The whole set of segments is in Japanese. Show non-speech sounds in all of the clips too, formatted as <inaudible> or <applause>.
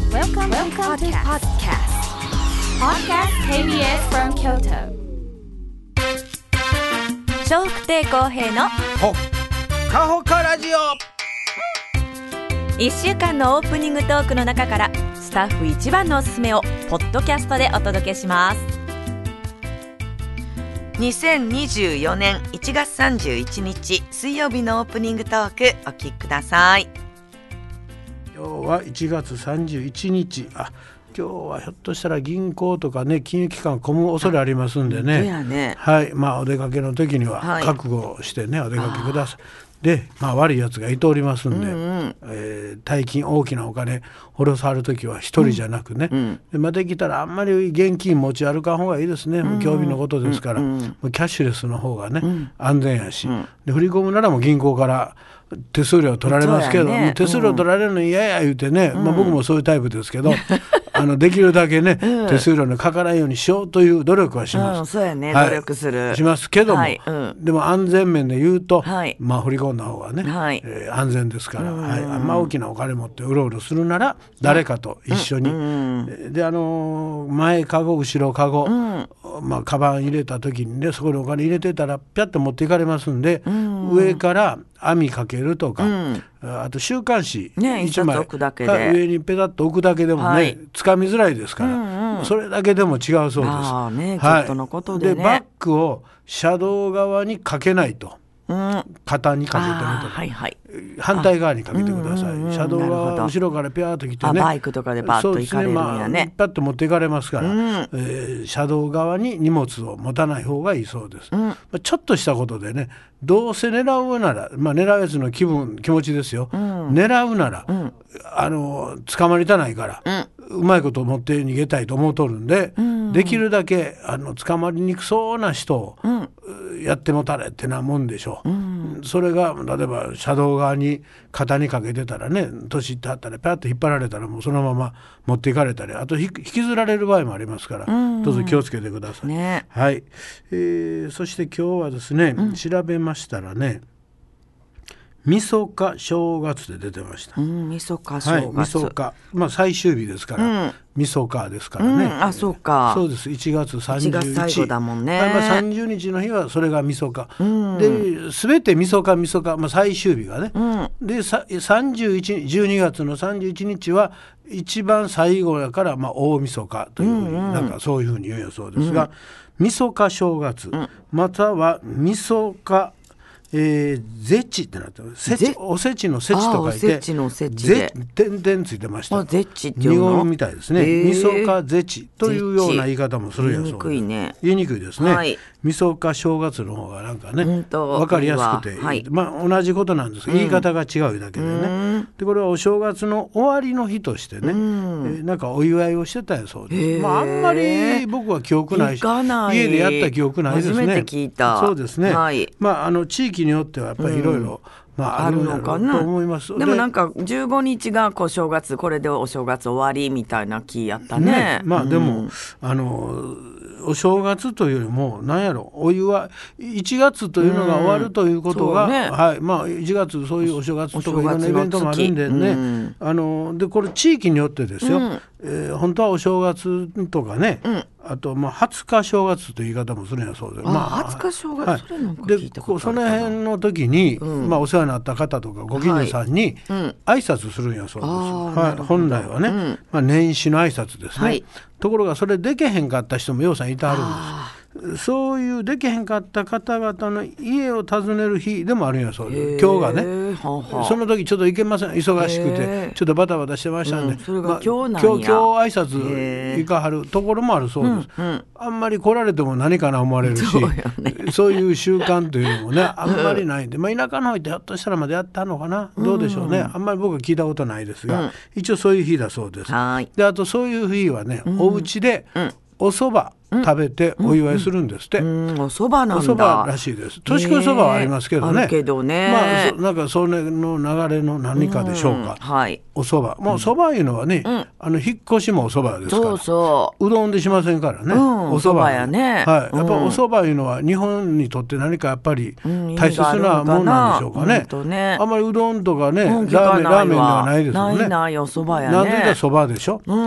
Welcome, to podcast. Welcome to Podcast KBS from Kyoto. 笑福亭公平のほっかほかラジオ1週間のオープニングトークの中からスタッフ一番のおすすめをポッドキャストでお届けします2024年1月31日水曜日のオープニングトークお聞きください今日は1月31日あ今日はひょっとしたら銀行とかね金融機関混む恐れありますんでそねやねはいまあお出かけの時にははい覚悟をしてね、お出かけくださいでまあ悪いやつがいておりますんで、えー大金大きなお金下ろさはる時は一人じゃなくね、でまあ、できたらあんまり現金持ち歩かん方がいいですね無興味のことですから、もうキャッシュレスの方がね、安全やし、で振り込むならもう銀行から手数料取られますけど、そうやねもう手数料取られるの嫌や言うてね、まあ、僕もそういうタイプですけどあのできるだけ <laughs> ね、手数料のかからんようにしようという努力はします。うんそうやね努力するしますけども、はいうんでも安全面で言うと、はいまあ振り込んだ方がね、はいえー安全ですから、はい、あんま大きなお金持ってうろうろするなら誰かと一緒に、であのー前かご後ろかご、まあカバン入れた時にねそこにお金入れてたらピャッと持っていかれますんで、上から網かけるとか、あと週刊誌ね一一枚冊置くだけではい上にペタッと置くだけでもね、はいつかみづらいですから、それだけでも違うそうです。あーねはちいょっとのことでねバッグを車道側にかけないとうんあ肩にかけてみーたりはいはい反対側にかけてください、うんうんうん車道なるほ側ど後ろからピャーっと来てねあバイクとかでバーッと行かれるんやねそうですパッと持っていかれますから、えー車道側に荷物を持たない方がいいそうです、まあ、ちょっとしたことでねどうせ狙うなら、まあ、狙うやつの気分気持ちですよ、狙うなら、あの捕まりたないから、うまいこと持って逃げたいと思うとるんで、できるだけあの捕まりにくそうな人を、やってもたれってなもんでしょう、それが例えば車道側に肩にかけてたらね年いってあったらパッと引っ張られたらもうそのまま持っていかれたりあとひ引きずられる場合もありますから、どうぞ気をつけてください。ねはい、えーそして今日はですね、調べましたらねみそか正月で出てました。うん味噌かはい、正みそ月か、まあ最終日ですから、みそかですからね。うんあそうかそうです。1月31日。 1月最後だもんねはいまあ30日の日はそれがみそか。で、すべてみそかみそか、まあ最終日がね。で、さ31日、12月の31日は一番最後だから、まあ大みそかというふうに、なんかそういうふうに言うよそうですが、みそか正月、またはみそか。えー、ゼチってなってますせちぜおせちのせちと書いてあおせちのせちでぜ点々ついてましたあゼッチっていう濁のるみたいですね、へーみそかゼチというような言い方もするやそう言いにくいね言いにくいですね、はいみそか正月の方がなんかね本当分かりやすくいいて、わはいまあ同じことなんですが言い方が違うだけでね、でこれはお正月の終わりの日としてね、えーなんかお祝いをしてたやそうです、まああんまり僕は記憶ないし行かない家でやった記憶ないですね初めて聞いたそうですね、はいまああの地域によってはやっぱりいろいろまあああるるののかかななと思いますでもなんかか15日がこう正月これでお正月終わりみたいな気やったねまあでも、うんあのお正月というよりもなんやろお湯は1月というのが終わるということが、そうねはいまあ1月そういうお正月とお正かいろん月のなイベントもあるんでね、月うあのでこれ地域によってですよ、えー本当はお正月とかね、あとまあ20日正月という言い方もするんやそうで、ま20日正月それなんかで聞いたここうとそあるかのな辺の時に、まあお世話になった方とかご近所さんに挨拶するんやそうです、はい、本来はね、まあ年始の挨拶ですね、はいところがそれでけへんかった人もようさんいてはるんですそういうでけへんかった方々の家を訪ねる日でもあるんやそうです今日がねへーはんはんその時ちょっと行けません忙しくへてーちょっとバタバタしてましたんで、うんそれがまあ今日なんや今日今日挨拶行かはるところもあるそうです、あんまり来られても何かな思われるしそうよそういう習慣というのもねあんまりないんで、まあ、田舎の方行ってひょっとしたらまでやったのかな、どうでしょうねあんまり僕は聞いたことないですが、一応そういう日だそうですはーいであとそういう日はね、お家でお蕎麦食べてお祝いするんですって。うん、お蕎麦なおん蕎だ。麦らしいです。年越しそばはありますけどね。あるけどねまあそなんかそれの流れの何かでしょううんか。はい。お蕎麦もう蕎麦いうのはね、んあの引っ越しもお蕎麦ですから。そうそう。うどんでしませんからね。うんお蕎麦やねはい。やっぱうんお蕎麦いうのは日本にとって何かやっぱりうん大切なもんなんでしょうか意味があるのかなほんね。とねあんまりうどんとかね、ラうんーメンラーメンでわはないですもんね。ないないお蕎麦やね。なんでだそばでしょ。うん。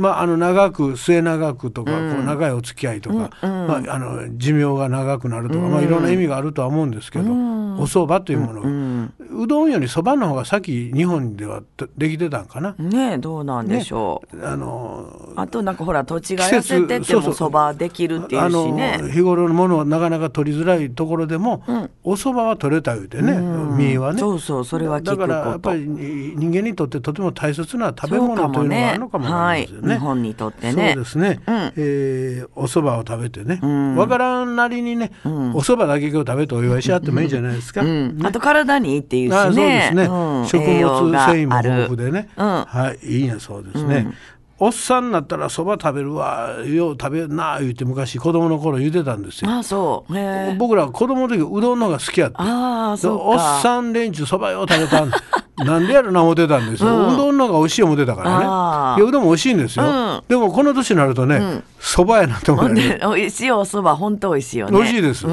まあ、あの長く末長くとか、こう長いお付き合いとか、まあ、あの寿命が長くなるとか、まあ、いろんな意味があるとは思うんですけど、お蕎麦というものが、うどんより蕎麦の方が先日本ではできてたんかな。ねどうなんでしょう。あのあとなんかほら土地が痩せてて季節そうそもうそばできるっていあうしのね。日頃のものをなかなか取りづらいところでも、お蕎麦は取れたいうてね、身はねそうそうそれは聞だくかこと。らやっぱり人間にとってとても大切な食べ物そうかともいうのねがあるのかもわからないですよね。はい日本にとってねそうですね。えーお蕎麦を食べてね、わからんなりにね、お蕎麦だけ今日食べてお祝いし合ってもいいじゃないですか。うんあと体にいいっていうしね。あそうですね、うん食栄養物が繊維もある豊富でね、うんはいいいねそうですね、おっさんになったらそば食べるわよう食べるな言って昔子供の頃言ってたんですよあそう。へえ。僕ら子供の時うどんの方が好きやってああそうか。おっさん連中そばよう食べたん <laughs> なんでやろな思ってたんですよ、うどんの方が美味しい思ってたかあらーねいやうどんも美味しいんですよ、うんでもこの年になるとねそば、蕎麦やなと思われるで美味しい <laughs> お蕎麦本当美味しいよね。美味しいですそば、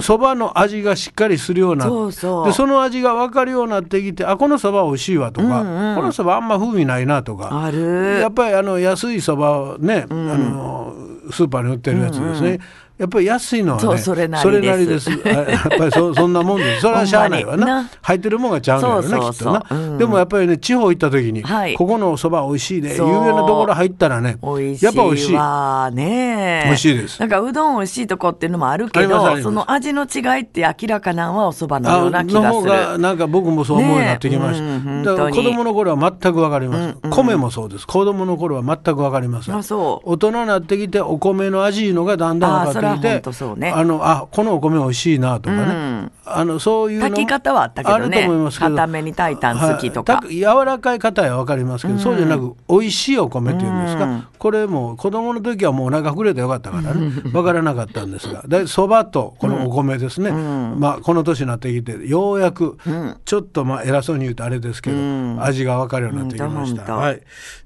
蕎麦の味がしっかりするようなそうそうでその味が分かるようになってきてあこのそば美味しいわとか、このそばあんま風味ないなとかあるやっぱりあの安いそばをね、あのスーパーに売ってるやつですね、やっぱり安いのはねそうそれなりですそれなりですやっぱ <laughs> りそそんなもんですそれはしゃあないわなほんまにな入ってるもんがちゃうんやろそうねそうきっとそうな、うんでもやっぱりね地方行った時に、はいここのそば美味しいで有そう名なところ入ったらね美味しいやっぱ美味しいわね美味しいですなんかうどん美味しいとこっていうのもあるけありますありどますその味の違いって明らかなんはお蕎麦のような気のが方すがるなんか僕もそう思うようになってきました、ねえうんだから本当子に供の頃は全くわかります、米もそうです子供の頃は全くわかりませんあそう大人になってきてお米の味いうのがだんだん分かってあそきれはて本当そうねあのあこのお米美味しいなとかね、あのそういうのも炊き方はあったけどねあると思いますけど固めに炊いたん好きとかはい炊く柔らかい方は分かりますけど、そうじゃなく美味しいお米っていうんですか、これも子供の時はもうお腹膨れてよかったか <laughs> らね分からなかったんですがだいそばとこのお米ですね、まあ、この年になってきてようやくちょっとまあ偉そうに言うとあれですけど、味が分かるようになってきましうん本当た、はい、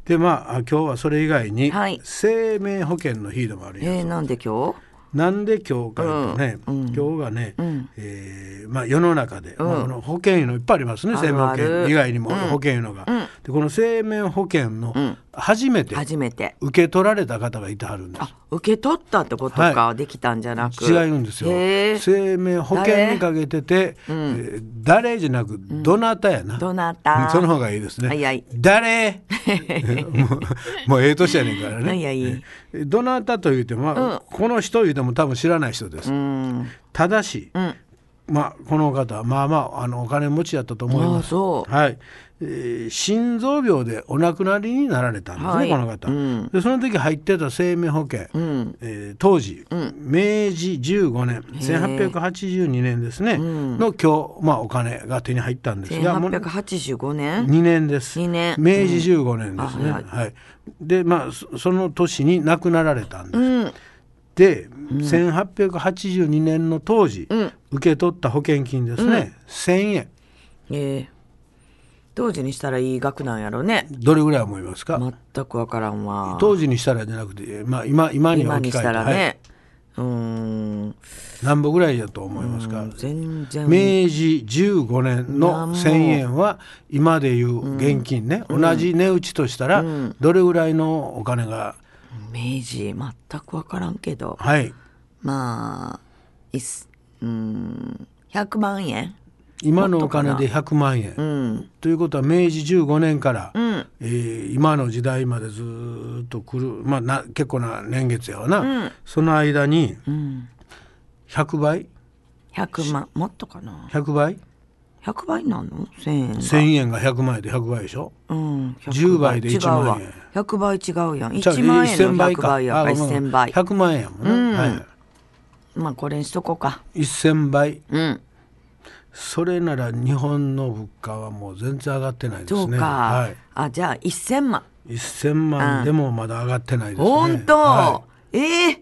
でまああ今日はそれ以外に、はい生命保険の日でもあるよえー、なんで今日なんで今日かとね、今日がね、えーまあ、世の中で、まあこの保険いうのいっぱいありますねあ生る命保ある険以外にも保険いうのが、でこの生命保険の初めて初めて受け取られた方がいてはるんですあ受け取ったってことか、はできたんじゃなく違うんですよへえ生命保険にかけてて誰,、えー誰じゃなくどなたやな、どなたその方がいいですね。はいはい <laughs> 誰 <laughs> もうもうええ年やねんからね。はいはいえどなたと言うても、この人言うても多分知らない人です。ただし、まあ、この方はまあまああのお金持ちやったと思いまああす。そうはいえー心臓病でお亡くなりになられたんですね、はいこの方、でその時入ってた生命保険、えー当時、明治15年1882年ですね、の今日、まあ、お金が手に入ったんですがもう1885年2年です二年明治15年ですね、うんあはいはい、でまあそその年に亡くなられたんです、で、1882年の当時、受け取った保険金ですね、1,000円えー、当時にしたらいい額なんやろねどれぐらい思いますか、全くわからんわ当時にしたらじゃなくて、まあ、今今に今置にき換しえたて、らはいね、うーん何本ぐらいだと思いますか全然明治15年の1,000円は今でいう現金ね、同じ値打ちとしたらどれぐらいのお金が、明治全く分からんけどはいまあいっすうーん100万円今のお金で100万円、ということは明治15年から、えー今の時代までずーっと来る、まあ、な結構な年月やわな、その間に100倍100万もっとかな100倍100倍なんの1000円が1,000円が100万円で100倍でしょうん100 10倍で違う1万円わ100倍違うやんじゃあ1万円の100倍やあからごめん1000倍100万円やもんね、はまあこれにしとこうかい、1,000倍うんそれなら日本の物価はもう全然上がってないですねそうか、はい、あじゃあ1000万1,000万でもまだ上がってないですね本当、はいええ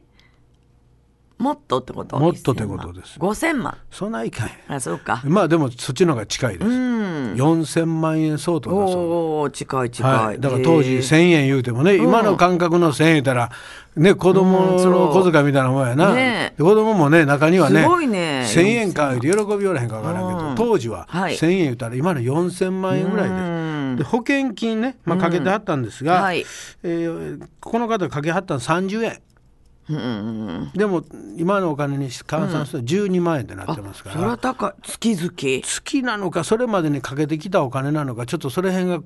もっとってこともっとってことです5000万そんないかんやあそうか <laughs> まあでもそっちの方が近いです、4000万円相当だそうですおお近い近い、はい、だから当時1,000円言うてもね、今の感覚の1,000円言ったら、ね、子供の小遣いみたいなもんやな、ねえで子供もね中にはねすごいね1,000円か言うて喜びおらへんか分からんけど、うん当時ははい1,000円言うたら今の4,000万円ぐらいで,、うんで保険金ね、まあ、かけてはったんですうが、んはいえーこの方かけはったの30円うんうんうんでも今のお金に換算すると12万円ってなってますから。それは高い月々月なのかそれまでにかけてきたお金なのかちょっとそれ辺があ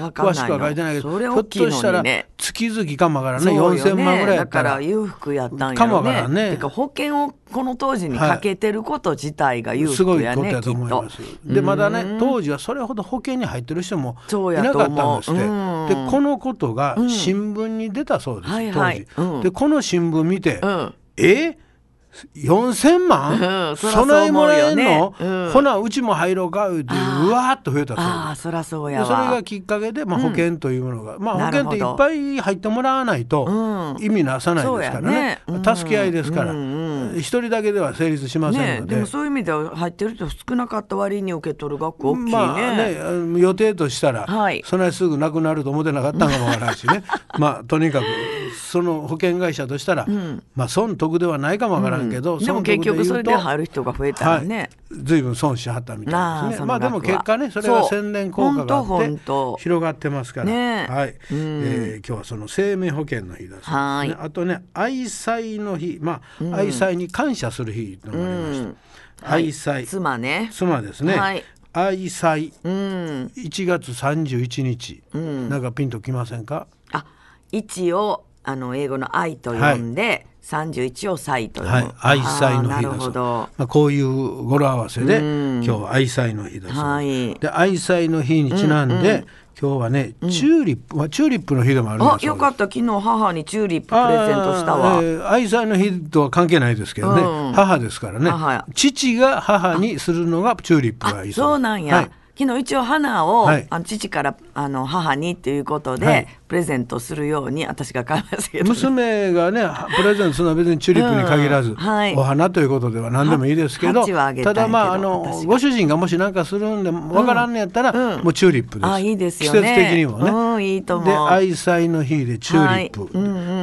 ーわかんないの詳しくは書いてないけどそれひょ大っきいのとにねしたら月々かもわからんねそうよ4,000万ぐらいやだっかたらら裕福やったんやろねかもわからんねてか保険をこの当時にかけてること自体が裕すご福いやことね、やきと思っいとます。でまだね当時はそれほど保険に入ってる人もいそうやなとかっ思たんうですって。うんでこのことが新聞に出たそうです、はいはい当時、うんでこの新聞見て、うんえ4000万、うんそらそう思そうよねないもらえんの、うんほなうちも入ろうか言うてあーうわーっと増えたそうです。ああそらそうでやわそれがきっかけで、まあ、保険というものが、まあ、保なる険っほていどっぱい入ってもらわないとうん意味なさないですからね,、そうやねうん助け合いですからう一、ん人だけでは成立しませねんのでで,、もそういう意味では入ってる人少なかった割に受け取る額大きいね,、まあねあの予定としたら、はいそんなにすぐなくなると思ってなかったんかもわからないし <laughs> ねまあとにかくその保険会社としたら、まあ損得ではないかもわからんけど、でも損得結言うと局それで入る人が増えたらね、ずいぶん損しはったみたいでなすあね。まそのあ額はでも結果ねそれがそう宣伝効果があほんとほっんてと広がってますから、ねえはい、えー今日はその生命保険の日だそうです、ね、はいあとね愛妻の日まあ、愛妻に感謝する日となりました、愛妻、妻ね妻ですね、はい愛妻うん1月31日、なんかピンときませんかあ一をあの英語の愛と呼んで、三十一を歳と呼ぶ、はい、愛妻のあーな日るだそほう、どまあ、こういう語呂合わせで今日は愛妻の日だそう、はいで愛妻の日にちなんで、今日はねチューリップ、まあ、チューリップの日でもあるんだそうあですよかった昨日母にチューリッププレゼントしたあわ、ーえー愛妻の日とは関係ないですけどね、うん母ですからね母や父が母にするのがチューリップがいいそうなんや、はい昨日一応花を、はいあの父からあの母にということで、はいプレゼントするように私が考えましたけど、娘がねプレゼントするのは別にチューリップに限らず、うんはいお花ということでは何でもいいですけどは鉢はあげたいけどだまああ私のがご主人がもし何かするんでわからんのやったら、うんうんもうチューリップですあいいですよね季節的にもね、うんいいと思うで愛妻の日でチューリップ、はいう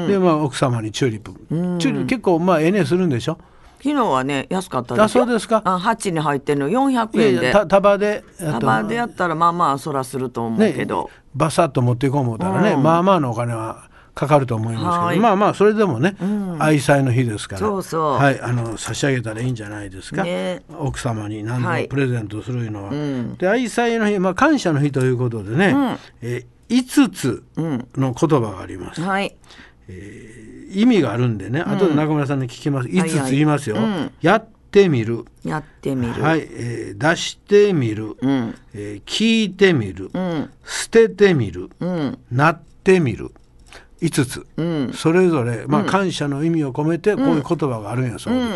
んで、まあ、奥様にチューリップ、チューリップ結構まあええねするんでしょ昨日はね安かったですよあそうですかあ鉢に入ってるの400いや円いでやた束でえっと束でやったらまあまあそらすると思うねけど、バサッと持っていこう思ったらね、うんまあまあのお金はかかると思いますはけいどまあまあそれでもね、愛妻の日ですからそうそうはい、あの差し上げたらいいんじゃないですか、ね奥様に何は度いもプレゼントするいうのは。んで愛妻の日、まあ、感謝の日ということでね、え5つの言葉があります、はい意味があるんでね後で中村さんに聞きます、5はいはいつ言いますよ、うんやってみるやってみる、はい、えー出してみる、うんえー聞いてみる、うん捨ててみる、うんなってみる5つ、うんそれぞれ、まあ、感謝の意味を込めてこういう言葉があるんやそうです、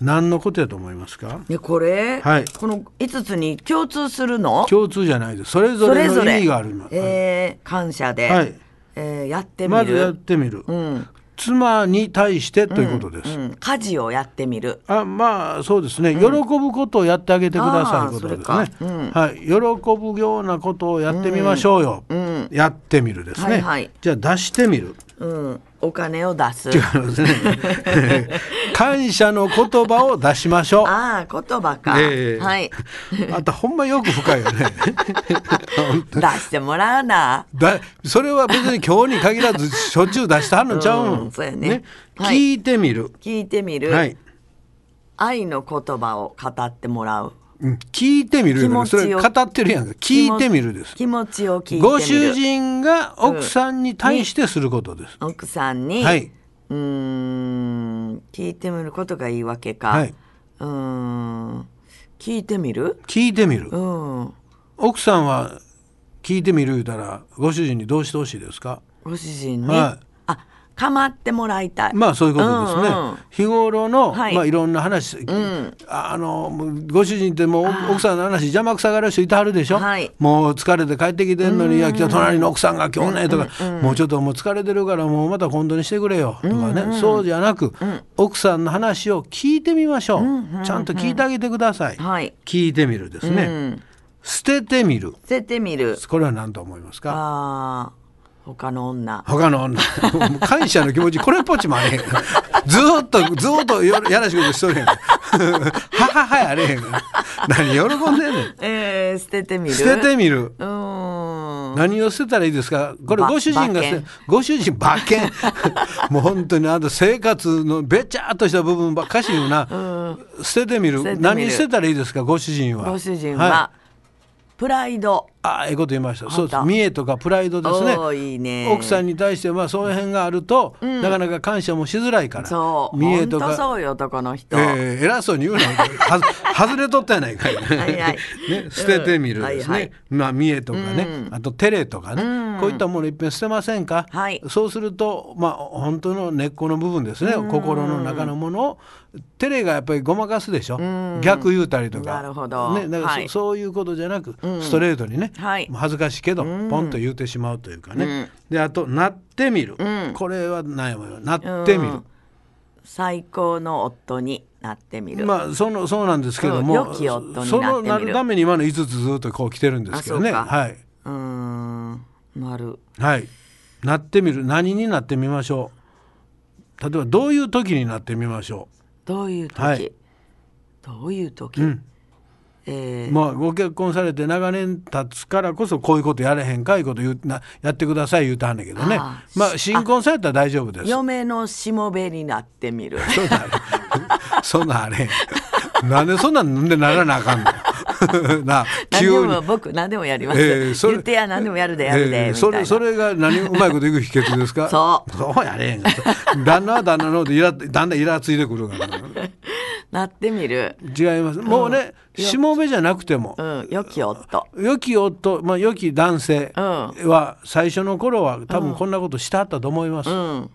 何のことやと思いますかでこれ、はいこの5つに共通するの共通じゃないですそれぞそれれのぞ意れ味があるえー感謝で、はいえーやってみるまずやってみる、うん妻に対してということです、うん、家事をやってみるあまあそうですね、喜ぶことをやってあげてくださいあーということですそれねか、うんはい喜ぶようなことをやってみましょうよ、んやってみるですね、はいはいじゃあ出してみるうんお金を出す違いますね <laughs> 感謝の言葉を出しましょうああ言葉か、ええはいあとほんまよく深いよね <laughs> 本当出にしてもらうなだそれは別に今日に限らずしょっちゅう出してはんのちゃうん、うんそうやねはい聞いてみる、聞いてみる、はい愛の言葉を語ってもらううん聞いてみるよりも気持そちをれ語ってるやんか聞いてみるです気持ちを聞いてみるご主人が奥さんに対してすることです。奥さんに、はい、うーん聞いてみることがいいわけか、はい、うーん聞いてみる聞いてみるう。ん奥さんは聞いてみる言うたらご主人にどうしてほしいですか。ご主人に、はいあ構ってもらいたい。まあそういうことですね。うんうん日頃の、はいい、まあいろんな話、んあのもうご主人ってもう奥さんの話邪魔くさがる人いてはるでしょ。はいもう疲れて帰ってきてんのに、いや今日隣の奥さんが今日ねとか、もうちょっともう疲れてるからもうまた今度にしてくれよとかね、そうじゃなく、奥さんの話を聞いてみましょう。ちゃんと聞いてあげてください。はい。聞いてみるですね。うん。捨ててみる。捨ててみる。これは何と思いますか。ああ。他の女。他の <laughs> 女もう感謝の気持ちこれっぽっちもあれへんからずーっとずーっとよやらしいことしとるやん <laughs> はははやあれへんから何喜んでんねんえー、捨ててみる。捨ててみるうーん。何を捨てたらいいですかこればご主人が捨馬てご主人馬券 <laughs> もう本当にあと生活のべちゃっとした部分ばっかし言うな、捨ててみる捨ててみる何捨てたらいいですかご主人はご主人はいは、プライド。ああええこと言いましたそうであすんた見栄とかプライドですねおーいいね奥さんに対してまあそういう辺があると、なかなか感謝もしづらいからそう。見栄本と当かそうよ、男の人。えー、偉そうに言うなは <laughs> ず外れとったやないかい、いはいね、捨ててみるでうすね、んはいはいまあ見栄とかね、あと照れとかね、こういったものいっぺん捨てませんか、はいそうするとまあ本当の根っこの部分ですね、心の中のものを照れがやっぱりごまかすでしょ、逆言うたりとかなるほどね、だからそ,、はいそういうことじゃなく、ストレートにね、はいもう恥ずかしいけど、ポンと言うてしまうというかね、であとなってみる、これはないもよなってみる、うん最高の夫になってみる。まあそのそうなんですけどうんも、良き夫になってみるそのなるために今の5つずっとこう来てるんですけどね。あそうかはい、うーん。なる。はい、なってみる何になってみましょう。例えばどういう時になってみましょどういう時、はいどういう時、んえーう。まあご結婚されて長年経つからこそこういうことやれへんかいうこと言うなやってください言うてはんねんけどね。ああまあ新婚されたら大丈夫です。嫁のしもべになってみる。 <laughs> そんなんあれそんなんあれ。なんでそんなんなんでならなあかんの。 <laughs> なあ何で急にも。僕何でもやります。ええそれ言ってや何でもやるでやるで、ええみたいな。それそれが何うまいこといく秘訣ですか <laughs> そうそうやれへんが旦那は旦那の方でイラだんだんイラついてくるからなってみる。違いますもうね、しもべじゃなくてもう、ん、良き夫。良き夫、まあ、良き男性うんは最初の頃は多分こんなことしてはったと思います、うん。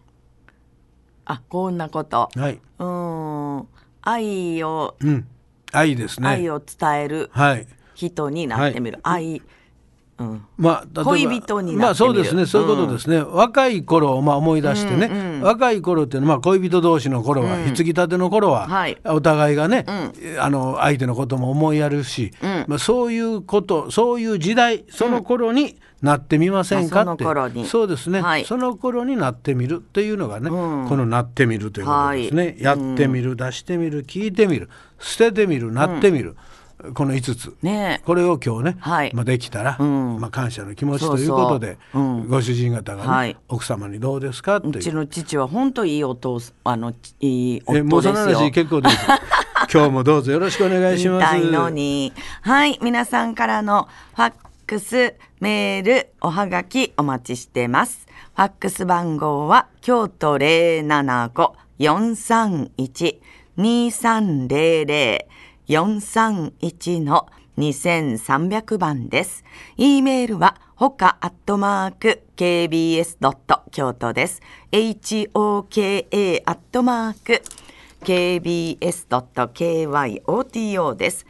あ、こんなこと。はいうーん。愛を、うん愛ですね愛を伝えるはい人になってみる。愛。うん。まあ、例えば恋人になってみるまあそうですねそういうことですね、若い頃をまあ思い出してね、若い頃っていうのはまあ恋人同士の頃は、ひつぎたての頃は、はいお互いがね、あの相手のことも思いやるし、まあ、そういうことそういう時代その頃になってみませんかって、あその頃にそうですね、はいその頃になってみるっていうのがね、この「なってみる」ということですね、はやってみる出してみる聞いてみる捨ててみるなってみる、この5つ。ねえ。これを今日ね、はいまあ、できたら、まあ、感謝の気持ちというそうそうことでうんご主人方が、ねはい奥様にどうですかっていううちの父は本当いいお父さん、あの、いいえも夫うでそのすよ。話結構 <laughs> です今日もどうぞよろしくお願いしみますたいのに。はい、皆さんからのファックス、メール、おはがきお待ちしてます。ファックス番号は京都零七五四三一二三零零四三一の二千三百番です。e メールはほかアットマーク kbs ドット京都です。h o k a アットマーク kbs.kyoto です。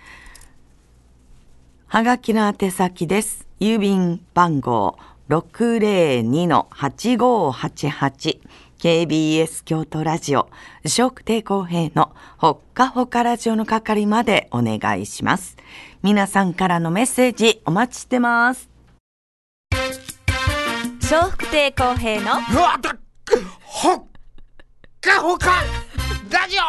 はがきの宛先です。郵便番号602-8588 KBS 京都ラジオ食亭公平のほっかほかラジオの係までお願いします。皆さんからのメッセージお待ちしてます。笑福亭公平のうわだっほっかほかラジオ